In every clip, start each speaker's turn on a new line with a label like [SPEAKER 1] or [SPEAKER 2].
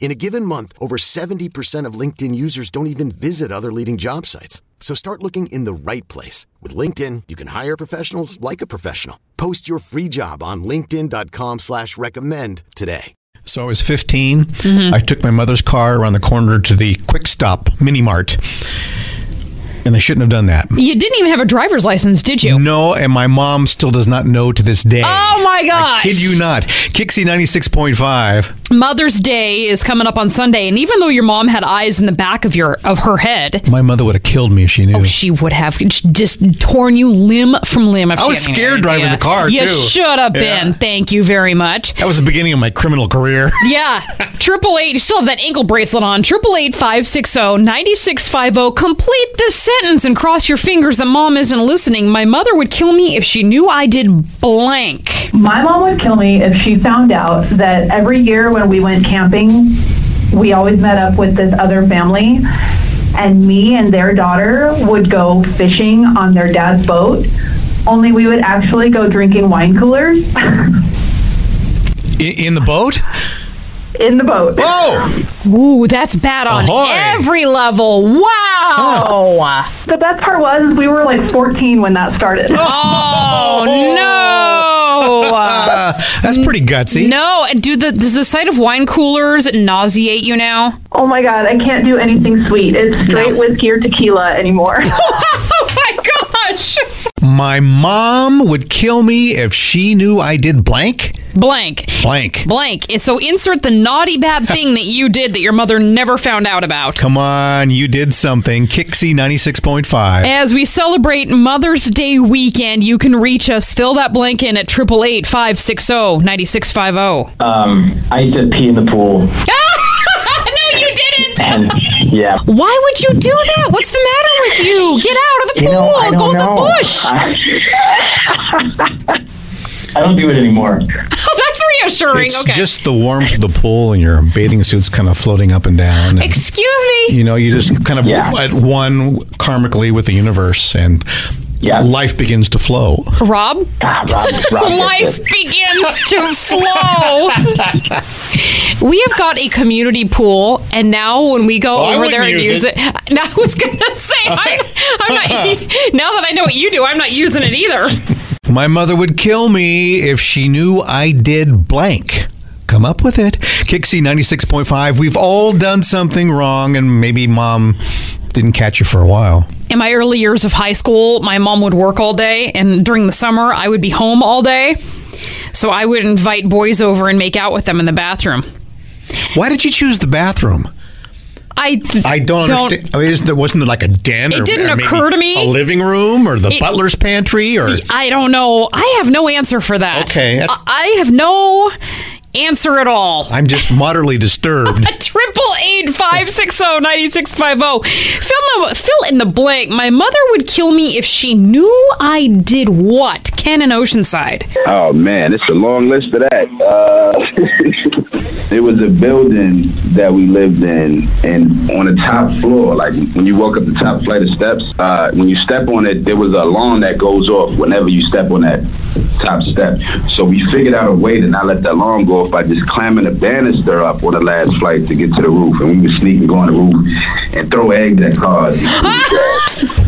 [SPEAKER 1] In a given month, over 70% of LinkedIn users don't even visit other leading job sites. So start looking in the right place. With LinkedIn, you can hire professionals like a professional. Post your free job on linkedin.com slash recommend today.
[SPEAKER 2] So I was 15. I took my mother's car around the corner to the Quick Stop Mini Mart, and I shouldn't have done that.
[SPEAKER 3] You didn't even have a driver's license, did you?
[SPEAKER 2] No, and my mom still does not know to this day.
[SPEAKER 3] Oh my
[SPEAKER 2] I
[SPEAKER 3] gosh.
[SPEAKER 2] kid you not. Kixie 96.5.
[SPEAKER 3] Mother's Day is coming up on Sunday, and even though your mom had eyes in the back of your of her head,
[SPEAKER 2] My mother would have killed me if she knew.
[SPEAKER 3] she would have just torn you limb from limb. If
[SPEAKER 2] I
[SPEAKER 3] she
[SPEAKER 2] was
[SPEAKER 3] had any
[SPEAKER 2] scared driving
[SPEAKER 3] idea.
[SPEAKER 2] the car,
[SPEAKER 3] You
[SPEAKER 2] too.
[SPEAKER 3] should have
[SPEAKER 2] Yeah.
[SPEAKER 3] been. Thank you very much.
[SPEAKER 2] that was the beginning of my criminal career.
[SPEAKER 3] Yeah. Triple eight. You still have that ankle bracelet on. Triple eight five six zero ninety six five zero. Complete this sentence and cross your fingers that mom isn't listening. My mother would kill me if she knew I did blank.
[SPEAKER 4] My mom would kill me if she found out that every year when we went camping, we always met up with this other family, and me and their daughter would go fishing on their dad's boat. Only we would actually go drinking wine coolers
[SPEAKER 2] I- In the boat?
[SPEAKER 4] in the boat.
[SPEAKER 2] Oh!
[SPEAKER 3] Ooh, that's bad on
[SPEAKER 2] Ahoy.
[SPEAKER 3] every level. Wow.
[SPEAKER 4] The best part was we were like 14 when that started.
[SPEAKER 3] Oh, no.
[SPEAKER 2] uh, That's pretty gutsy.
[SPEAKER 3] No, do the does the sight of wine coolers nauseate you now?
[SPEAKER 4] Oh my god, I can't do anything sweet. It's straight whiskey or tequila anymore.
[SPEAKER 3] Oh my gosh.
[SPEAKER 2] My mom would kill me if she knew I did blank.
[SPEAKER 3] Blank.
[SPEAKER 2] Blank.
[SPEAKER 3] Blank. And So insert the naughty bad thing that you did that your mother never found out about.
[SPEAKER 2] Come on, you did something. Kixie 96.5.
[SPEAKER 3] As we celebrate Mother's Day weekend, you can reach us. Fill that blank in at 888 560 9650.
[SPEAKER 5] Um, I used to pee in the pool,
[SPEAKER 3] No, you didn't!
[SPEAKER 5] and yeah,
[SPEAKER 3] Why would you do that? What's the matter with you? Get out of the
[SPEAKER 5] you
[SPEAKER 3] pool.
[SPEAKER 5] know, I don't
[SPEAKER 3] Go in
[SPEAKER 5] know.
[SPEAKER 3] the bush.
[SPEAKER 5] I- I don't do it anymore.
[SPEAKER 3] Oh, that's reassuring.
[SPEAKER 2] It's
[SPEAKER 3] okay.
[SPEAKER 2] just the warmth of the pool and your bathing suit's kind of floating up and down. And,
[SPEAKER 3] Excuse me.
[SPEAKER 2] you know, you just kind of
[SPEAKER 5] Yeah.
[SPEAKER 2] at one karmically with the universe and
[SPEAKER 5] Yeah.
[SPEAKER 2] life begins to flow.
[SPEAKER 3] Rob,
[SPEAKER 5] Ah, Rob, Rob gets
[SPEAKER 3] life
[SPEAKER 5] it.
[SPEAKER 3] begins to flow. we have got a community pool, and now when we go
[SPEAKER 2] Oh, I
[SPEAKER 3] over there and
[SPEAKER 2] wouldn't use
[SPEAKER 3] use it, now I was gonna say, I'm, I'm not. Now that I know what you do, I'm not using it either.
[SPEAKER 2] My mother would kill me if she knew I did blank. Come up with it. Kixie 96.5. We've all done something wrong and maybe mom didn't catch you for a while.
[SPEAKER 3] In my early years of high school, my mom would work all day, and during the summer, I would be home all day. So I would invite boys over and make out with them in the bathroom.
[SPEAKER 2] Why did you choose the bathroom?
[SPEAKER 3] I
[SPEAKER 2] I don't, understand. I mean, isn't there, wasn't there like a den?
[SPEAKER 3] It
[SPEAKER 2] or,
[SPEAKER 3] didn't
[SPEAKER 2] or maybe
[SPEAKER 3] occur to me.
[SPEAKER 2] A living room or the
[SPEAKER 3] It-
[SPEAKER 2] butler's pantry or
[SPEAKER 3] I don't know. I have no answer for that.
[SPEAKER 2] Okay, that's-
[SPEAKER 3] I I have no answer at all.
[SPEAKER 2] I'm just moderately disturbed.
[SPEAKER 3] Triple eight five six zero ninety six five zero. Fill the fill in the blank. My mother would kill me if she knew I did what. Ken in Oceanside.
[SPEAKER 6] Oh man, it's a long list of that. Uh, it was a building that we lived in, and on the top floor, like when you walk up the top flight of steps, uh, when you step on it, there was a alarm that goes off whenever you step on that top step. So we figured out a way to not let the alarm go off by just climbing the banister up on the last flight to get to the roof, and we would sneak and go on the roof and throw eggs at cars.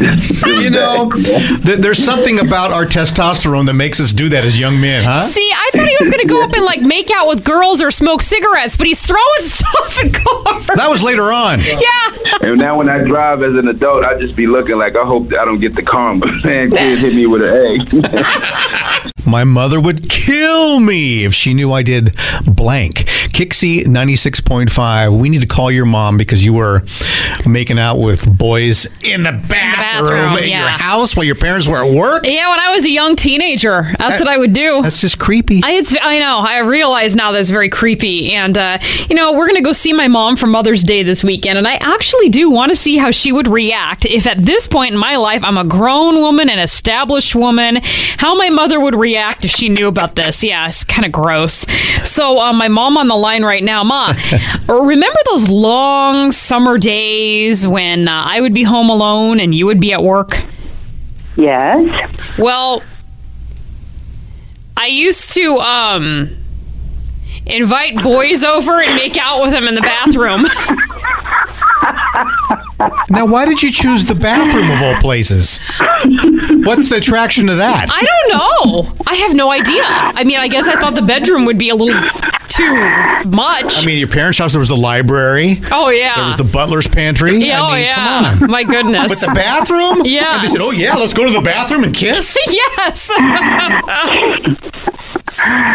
[SPEAKER 2] you know, th- there's something about our testosterone that makes us do that as young men, huh?
[SPEAKER 3] See, I thought he was going to go up and like make out with girls or smoke cigarettes, but he's throwing stuff at cars.
[SPEAKER 2] That was later on.
[SPEAKER 3] yeah.
[SPEAKER 6] And now when I drive as an adult, I just be looking like I hope that I don't get the karma. Man, kid hit me with an egg.
[SPEAKER 2] My mother would kill me if she knew I did blank. Kixie 96.5. We need to call your mom because you were making out with boys in the bathroom,
[SPEAKER 3] bathroom,
[SPEAKER 2] in your
[SPEAKER 3] yeah.
[SPEAKER 2] house while your parents were at work.
[SPEAKER 3] Yeah, when I was a young teenager, that's what I would do.
[SPEAKER 2] That's just creepy.
[SPEAKER 3] I, it's, I know. I realize now that's very creepy. And, uh, you know, we're going to go see my mom for Mother's Day this weekend. And I actually do want to see how she would react if at this point in my life I'm a grown woman, an established woman, how my mother would react if she knew about this. Yeah, it's kind of gross. So, uh, my mom on the line right now, Ma, remember those long summer days when uh, I would be home alone and you would be at work?
[SPEAKER 7] Yes.
[SPEAKER 3] Well, I used to um invite boys over and make out with them in the bathroom.
[SPEAKER 2] now, why did you choose the bathroom of all places? What's the attraction to that?
[SPEAKER 3] I don't know. I have no idea. I mean, I guess I thought the bedroom would be a little too much.
[SPEAKER 2] I mean, your parents' house, there was the library, Um, there
[SPEAKER 3] oh yeah. There
[SPEAKER 2] was the butler's pantry.
[SPEAKER 3] yeah,
[SPEAKER 2] I
[SPEAKER 3] oh
[SPEAKER 2] mean,
[SPEAKER 3] yeah.
[SPEAKER 2] Come on.
[SPEAKER 3] My goodness.
[SPEAKER 2] But the bathroom?
[SPEAKER 3] Yes.
[SPEAKER 2] And they said, oh, yeah, let's go to the bathroom and kiss?
[SPEAKER 3] yes.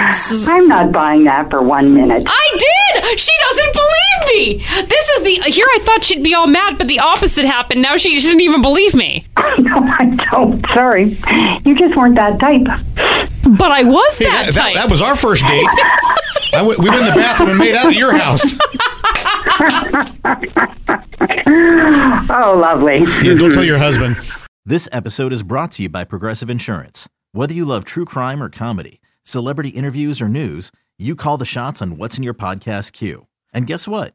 [SPEAKER 7] I'm not buying that for one minute.
[SPEAKER 3] I did. She doesn't believe me. This is the here I thought she'd be all mad, but the opposite happened. Now she doesn't even believe me.
[SPEAKER 7] no, I don't. Sorry. You just weren't that type.
[SPEAKER 3] But I was
[SPEAKER 2] Hey,
[SPEAKER 3] that,
[SPEAKER 2] that,
[SPEAKER 3] type.
[SPEAKER 2] that, that was our first date. I went, we went in the bathroom and made out at your house.
[SPEAKER 7] Oh, lovely.
[SPEAKER 2] Yeah, don't tell your husband.
[SPEAKER 8] This episode is brought to you by Progressive Insurance. Whether you love true crime or comedy, celebrity interviews or news, you call the shots on what's in your podcast queue. And guess what?